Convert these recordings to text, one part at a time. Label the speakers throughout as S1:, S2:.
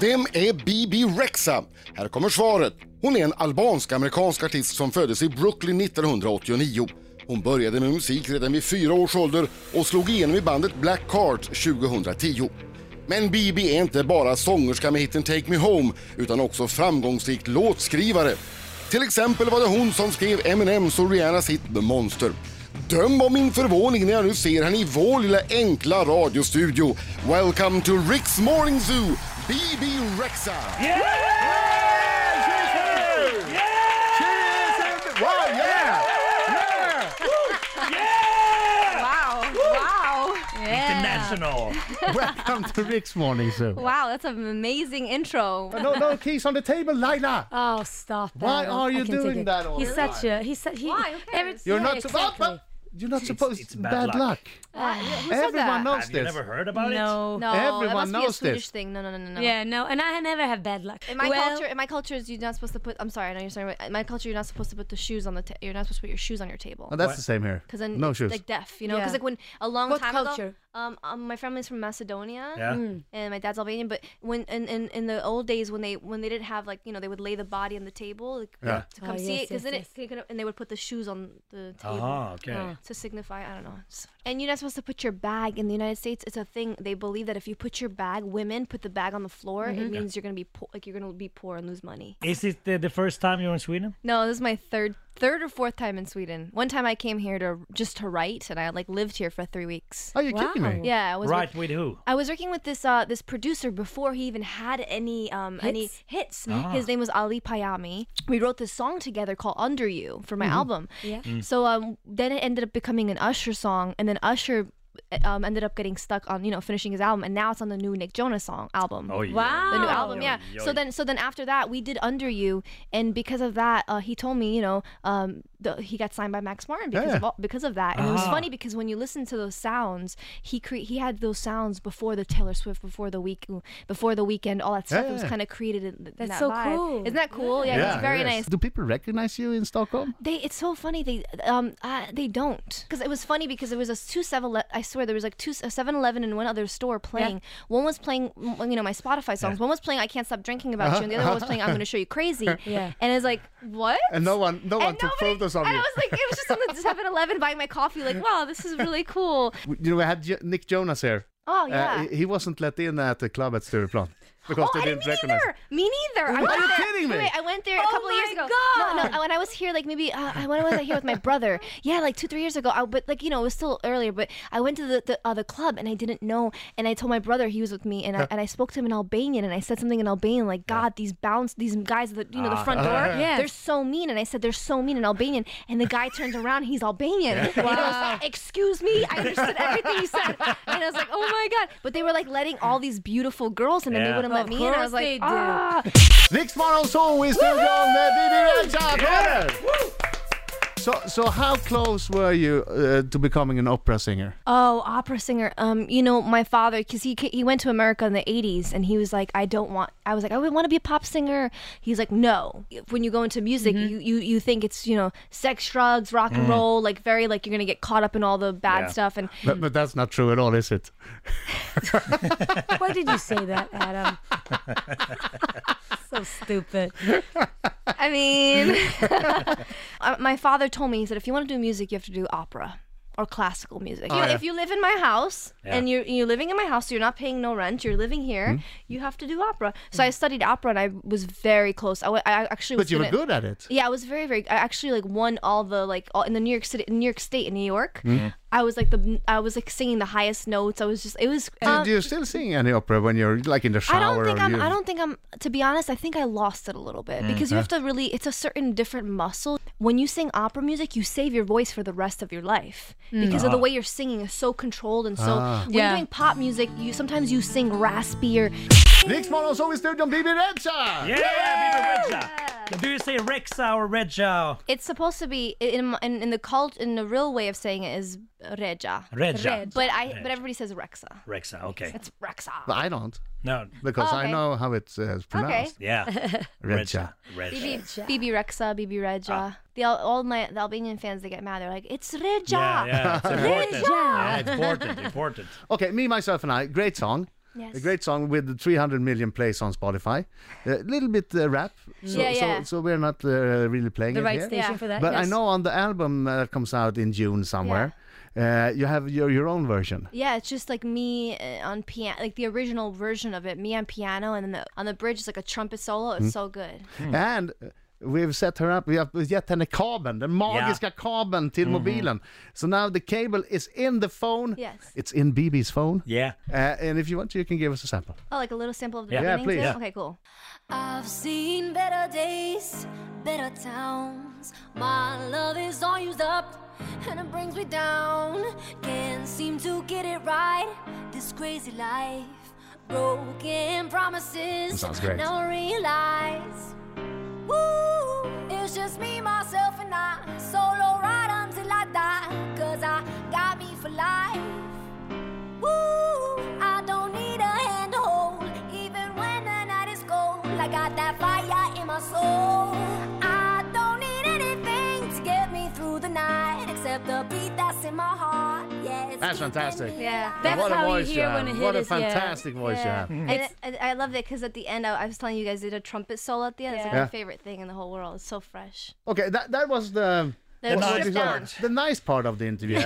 S1: Vem är Bibi Rexa? Här kommer svaret. Hon är en albansk-amerikansk artist som föddes i Brooklyn 1989. Hon började med musik redan vid fyra års ålder och slog igenom i bandet Black Card 2010. Men Bibi är inte bara sångerska med hiten Take Me Home utan också framgångsrik låtskrivare. Till exempel var det hon som skrev Eminems och Rihannas hit The Monster. Döm om min förvåning när jag nu ser henne i vår lilla enkla radiostudio. Welcome to Rick's Morning Zoo, BB Rexa!
S2: Yeah!
S3: Wow, wow. Yeah.
S2: International.
S4: Welcome to Rick's Morning Zoo.
S3: Wow, that's an amazing intro.
S4: No, no keys on the table, Laila.
S5: Oh, stop that.
S4: Why are
S5: I
S4: you
S5: can take
S4: doing
S5: it.
S4: that all
S5: He's
S4: the
S5: such a... He's such... He,
S3: Why? Who
S5: every-
S3: cares?
S4: You're
S5: yeah,
S4: not
S5: exactly.
S4: supposed. You're not supposed.
S2: it's
S4: It's
S2: bad
S4: bad,
S2: luck.
S4: luck.
S3: Uh, Who said
S4: Everyone
S3: that?
S4: knows
S2: Have you
S4: this.
S2: never heard about it?
S5: No.
S3: No,
S4: Everyone
S3: it must be a
S4: knows
S3: Swedish
S4: this.
S3: thing. No, no, no, no, no.
S5: Yeah, no. And I never have bad luck.
S3: In my
S5: Well,
S3: culture, in my culture, is you're not supposed to put. I'm sorry, I know you're sorry. But in my culture, you're not supposed to put the shoes on the. Ta- you're not supposed to put your shoes on your table.
S4: Oh, that's
S2: What?
S4: the same here.
S3: Cause then
S4: no
S3: it's
S4: shoes.
S3: like deaf, you know.
S5: Yeah.
S3: Cause like when a long
S5: What
S3: time ago,
S5: culture?
S3: um, um, my family's from Macedonia,
S2: Yeah.
S4: Hmm.
S3: and my dad's Albanian. But when in, in, in the old days when they when they didn't have like you know they would lay the body on the table like,
S4: Yeah.
S3: to come
S5: Oh,
S3: see
S5: yes,
S3: it, cause
S5: yes,
S3: then
S5: yes.
S3: it could- and they would put the shoes on the table
S2: Ah, okay.
S3: to signify I don't know. It's- And you're not supposed to put your bag in the United States. It's a thing they believe that if you put your bag, women put the bag on the floor, it means you're gonna be po- like you're gonna be poor and lose money.
S2: Is it the, the first time you're in Sweden?
S3: No, this is my third third or fourth time in Sweden. One time I came here to just to write, and I like lived here for three weeks.
S4: Are you kidding me?
S5: Wow.
S3: Yeah, I was
S2: Right
S3: With,
S2: with who?
S3: I was working with this uh, this producer before he even had any um, any
S5: Hits?
S3: hits.
S2: Ah.
S3: His name was Ali Payami. We wrote this song together called "Under You" for my
S2: Mm-hmm.
S3: album.
S5: Yeah.
S2: Mm.
S3: So um, then it ended up becoming an Usher song, and then Usher um, ended up getting stuck on you know finishing his album, and now it's on the new Nick Jonas song album.
S2: Oh, yeah.
S5: Wow.
S3: The new
S5: Oh.
S3: album, yeah.
S2: Oy,
S3: So
S2: oy.
S3: then, so then after that, we did Under You, and because of that, uh, he told me, you know, um, the, he got signed by Max Martin because
S4: Yeah.
S3: of all, because of that. And it was
S2: Ah.
S3: funny because when you listen to those sounds, he cre- he had those sounds before the Taylor Swift, before the week, before the weekend, all that stuff. It was
S4: Yeah.
S3: kind of created in, th- in
S5: That's
S3: that
S5: so
S3: vibe.
S5: cool.
S3: Isn't that cool? Yeah,
S4: Yeah,
S3: it's very
S4: it is.
S3: nice.
S4: Do people recognize you in Stockholm?
S3: They, it's so funny. They, um, uh, they don't. Because it was funny because there was a two seven. ele- I swear there was like two a Seven Eleven and one other store playing. One was playing, mm, you know, my Spotify songs. One was playing "I Can't Stop Drinking About You," and the other one was playing "I'm Gonna Show You Crazy."
S5: Yeah.
S3: And it's like, what?
S4: And no one, no one
S3: And
S4: took
S3: nobody-
S4: photos of
S3: and
S4: you.
S3: I was like, it was just on the 7-Eleven buying my coffee. Like, wow, this is really cool.
S4: you know, we had J- Nick Jonas here.
S3: Oh
S4: Uh,
S3: yeah.
S4: he- he wasn't let in at the club at Stureplan because
S3: Oh,
S4: they
S3: I
S4: didn't,
S3: didn't
S4: recognize.
S3: either. Me neither. I
S4: Are
S3: went
S4: you
S3: there-
S4: kidding me?
S3: Wait, wait, I went there a
S5: Oh
S3: couple of years
S5: my
S3: ago. No,
S5: God.
S3: no. When I was here, like maybe uh, I- when I was here with my brother, yeah, like two, three years ago. I, but like you know, it was still earlier. But I went to the the, uh, the club and I didn't know. And I told my brother he was with me, and I, and I spoke to him in Albanian, and I said something in Albanian, like God, these bounce, these guys, at the you know,
S4: Ah.
S3: the front door,
S5: Yeah.
S3: they're so mean. And I said they're so mean in Albanian. And the guy turns around, he's Albanian. And I was like, excuse me, I understood everything you said. And I was like, oh my God. But they were like letting all these beautiful girls in, and they
S2: Yeah.
S3: wouldn't
S5: Well,
S3: let
S5: of
S3: me in. I
S5: course
S3: was like,
S5: they do.
S3: ah.
S4: Nick Morrow Zoo i Stockholm med Bibi Rexa!
S2: Yeah.
S4: So, so how close were you uh, to becoming an opera singer?
S3: Oh, opera singer. Um, you know, my father, because he ca- he went to America in the '80s, and he was like, I don't want. I was like, I would want to be a pop singer. He's like, No. When you go into music,
S2: Mm-hmm.
S3: you, you you think it's you know sex, drugs, rock and roll, like very like you're gonna get caught up in all the bad
S2: Mm. Yeah.
S3: stuff. And
S4: But, but that's not true at all, is it?
S5: Why did you say that, Adam? so stupid.
S3: I mean, Uh, my father told me he said, if you want to do music, you have to do opera. Or classical music. You-
S4: Oh, yeah.
S3: If you live in my house
S2: Yeah.
S3: and you're, you're living in my house, you're not paying no rent, you're living here,
S4: Hmm?
S3: you have to do opera. So I studied opera and I was very close. I, wa- I actually was
S4: But you were
S3: gonna-
S4: good at it.
S3: Yeah, I was very, very. I actually like won all the like all, in the New York City, New York State, in New York.
S4: Hmm.
S3: I was like the I was like singing the highest notes. I was just it was. um,
S4: Do you still sing any opera when you're like in the shower?
S3: I don't think
S4: or
S3: I'm.
S4: you...
S3: I don't think I'm. To be honest, I think I lost it a little bit because you have to really. It's a certain different muscle. When you sing opera music, you save your voice for the rest of your life because of the way you're singing is so controlled and so. When
S5: Yeah.
S3: you're doing pop music, you sometimes you sing raspy or.
S4: Nick Morrow Zoo i studion, Bibi Rexa!
S2: Yeah, Bibi Rexa. Do you say Rexa or Regia?
S3: It's supposed to be in in, in the cult in the real way of saying it is reja.
S2: Regia.
S3: But I but everybody says rexa.
S2: Rexa, okay.
S3: It's rexa.
S4: But I don't,
S2: No,
S4: because I
S3: Okay.
S4: know how it's uh, pronounced.
S2: yeah.
S4: Recha.
S2: Regia.
S3: BB, BB Rexa, BB Reja. The Al- all my the Albanian fans they get mad. They're like, it's Reja.
S2: Yeah, yeah. It's important.
S5: Regia.
S2: Yeah, it's important. Important.
S4: Okay, me, myself, and I. Great song.
S3: Yes.
S4: A great song with 300 million plays on Spotify. A little bit uh, rap, so,
S3: Yeah, yeah.
S4: so so we're not uh, really playing
S5: The
S4: it
S5: right
S4: here.
S5: station
S3: Yeah.
S5: for that.
S4: But I
S5: yes.
S4: know on the album uh, that comes out in June somewhere, uh, you have your your own version.
S3: Yeah, it's just like me uh, on piano, like the original version of it. Me on piano, and then the, on the bridge is like a trumpet solo.
S4: Mm-hmm.
S3: It's so good.
S4: And uh, we've set her up, vi har gett henne kabeln, den magiska kabeln till mobilen. So now the cable is in the phone.
S3: Yes.
S4: It's in BB's phone.
S2: Yeah.
S4: Uh, and if you want to, you can give us a sample.
S3: Oh, like a little sample of the
S2: Yeah.
S4: Yeah,
S3: beginning
S4: please.
S3: too.
S4: Yeah.
S3: Okay, cool.
S6: I've seen better days, better towns. My love is all used up and it brings me down. Can't seem to get it right. This crazy life, broken promises.
S4: Sounds great.
S6: Now I realize, woo, it's just me, myself, and I. Solo ride until I die, cause I got me for life. Woo, I don't need a handhold, even when the night is cold. I got that fire in my soul. I don't need anything to get me through the night except the beat that's in my heart. Yeah, it's
S4: That's
S6: keeping
S4: fantastic.
S6: me
S3: Yeah.
S6: alive.
S5: That's
S4: what a
S5: how
S4: voice
S5: you
S4: you
S5: hear
S4: have.
S5: when a hit
S4: What a
S5: is. yeah.
S4: fantastic voice you
S5: Yeah.
S4: have.
S3: And I, I love it because at the end, I, I was telling you guys, they did a trumpet solo at the end. It's like
S4: Yeah.
S3: my favorite thing in the whole world. It's so fresh.
S4: Okay, that, that was the.
S3: That
S4: what-
S3: was
S4: what
S3: stripped
S4: is
S3: down.
S4: that? The nice part of the interview.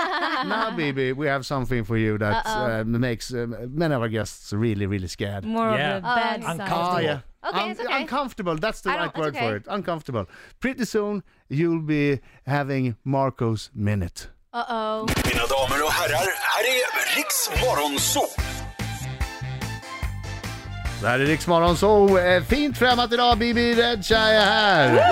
S4: now, BB, we have something for you that uh, makes uh, many of our guests really, really scared.
S5: More
S2: Yeah.
S5: of the bad
S3: Oh,
S5: side.
S2: Uncomfortable.
S3: Okay, it's okay.
S4: Uncomfortable. That's the
S3: I don't-
S4: right word
S3: it's
S4: for
S3: okay.
S4: it. Uncomfortable. Pretty soon you'll be having Marco's minute.
S3: Uh oh.
S7: Mina damer och herrar, här är Riks Morgonzoo!
S4: Det här är Rix Morgon så eh, fint främmat idag. Bibi Redshaj är här.
S2: Yeah!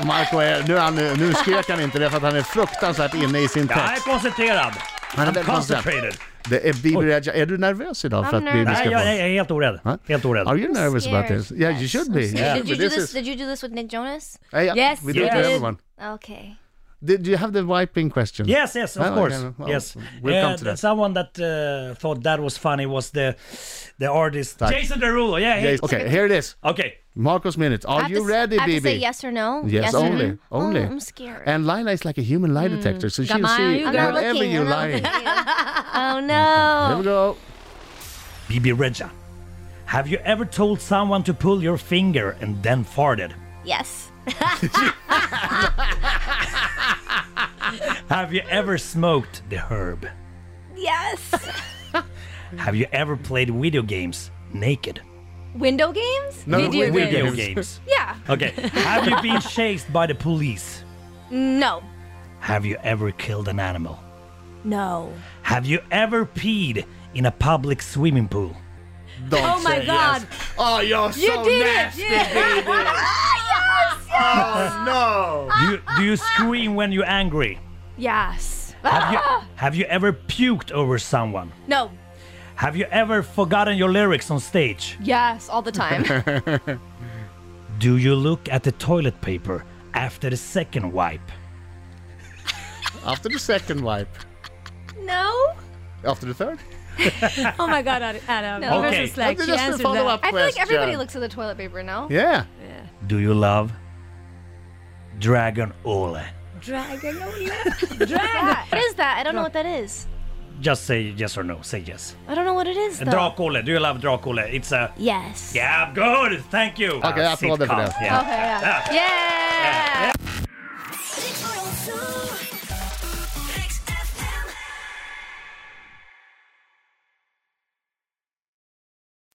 S4: Och Marco är, nu, är han, nu skrek han inte det för att han är fruktansvärt inne i sin
S2: Ja, jag är
S4: text.
S2: koncentrerad.
S4: Han är väldigt koncentrerad.
S2: Concentrated.
S4: Det är Bibi Redshaj. Är du nervös idag för att
S3: I'm
S4: Bibi
S3: nervous.
S2: Nej,
S4: ska
S2: jag, jag
S4: få?
S2: är helt orädd.
S4: Huh?
S2: Helt orädd.
S4: Are you nervous about
S3: scared.
S4: this? Yeah, you
S3: Yes,
S4: should
S3: I'm
S4: be.
S3: scared.
S4: Yeah.
S3: Did you
S4: But
S3: do
S4: this
S3: this?
S4: is-
S3: Did you do this with Nick Jonas?
S4: Eh, yeah,
S5: Yes,
S4: we do it
S2: yes.
S4: to everyone.
S3: Okay.
S4: Did you have the wiping question?
S2: Yes, yes, of
S4: Oh,
S2: course.
S4: okay, well,
S2: yes.
S4: we'll
S2: Uh,
S4: come to that.
S2: Someone that uh, thought that was funny was the the artist
S4: Tack.
S2: Jason Derulo. Yeah. he-
S4: Yes. Okay, here it is.
S2: Okay.
S4: Marco's minute.
S3: I
S4: Are
S3: have
S4: you
S3: to, s-
S4: ready,
S3: I have to say
S4: Bibi?
S3: yes or no.
S4: Yes,
S3: or
S4: only,
S3: no?
S4: only.
S3: Oh, I'm scared. Mm.
S4: And Lila is like a human lie detector, so she'll
S5: on,
S4: see
S5: you
S3: I'm not
S4: whenever
S3: looking,
S4: you
S3: I'm not
S4: lie.
S3: looking. oh
S4: Here
S3: no.
S4: we go.
S2: Bibi Reja. Have you ever told someone to pull your finger and then farted?
S3: Yes.
S2: Have you ever smoked the herb?
S3: Yes.
S2: Have you ever played video games naked?
S3: Window games?
S4: No,
S5: Video
S4: we- we
S5: games.
S4: do.
S2: Video games.
S3: Yeah.
S2: Okay. Have you been chased by the police?
S3: No.
S2: Have you ever killed an animal?
S3: No.
S2: Have you ever peed in a public swimming pool?
S4: Don't
S5: Oh my
S4: say
S5: God.
S4: yes. Oh, you're
S5: You
S4: so
S5: did
S4: nasty.
S5: it! Yeah.
S4: Oh no.
S2: Do you, do you scream when you're angry?
S3: Yes.
S2: Have you, have you ever puked over someone?
S3: No.
S2: Have you ever forgotten your lyrics on stage?
S3: Yes, all the time.
S2: Do you look at the toilet paper after the second wipe?
S4: After the second wipe.
S3: no.
S4: After the third?
S5: Oh my God, Ad- Adam.
S3: No.
S5: This
S2: Okay.
S5: is like
S4: Just
S5: she
S4: a
S5: answered
S4: follow-up.
S5: that.
S3: I feel like everybody
S4: Question.
S3: looks at the toilet paper, no?
S4: Yeah.
S2: Do you love Dragon Ole?
S5: Dragon.
S3: What is that? I don't know what that is.
S2: Just say yes or no. Say yes.
S3: I don't know what it is though.
S2: Drakole. Do you love Drakole? It's a
S3: Yes.
S2: yeah. Good. Thank you.
S4: Okay,
S2: Ah,
S4: applåder för
S2: sitcom,
S4: det.
S2: yeah.
S3: Okay, yeah. Yeah.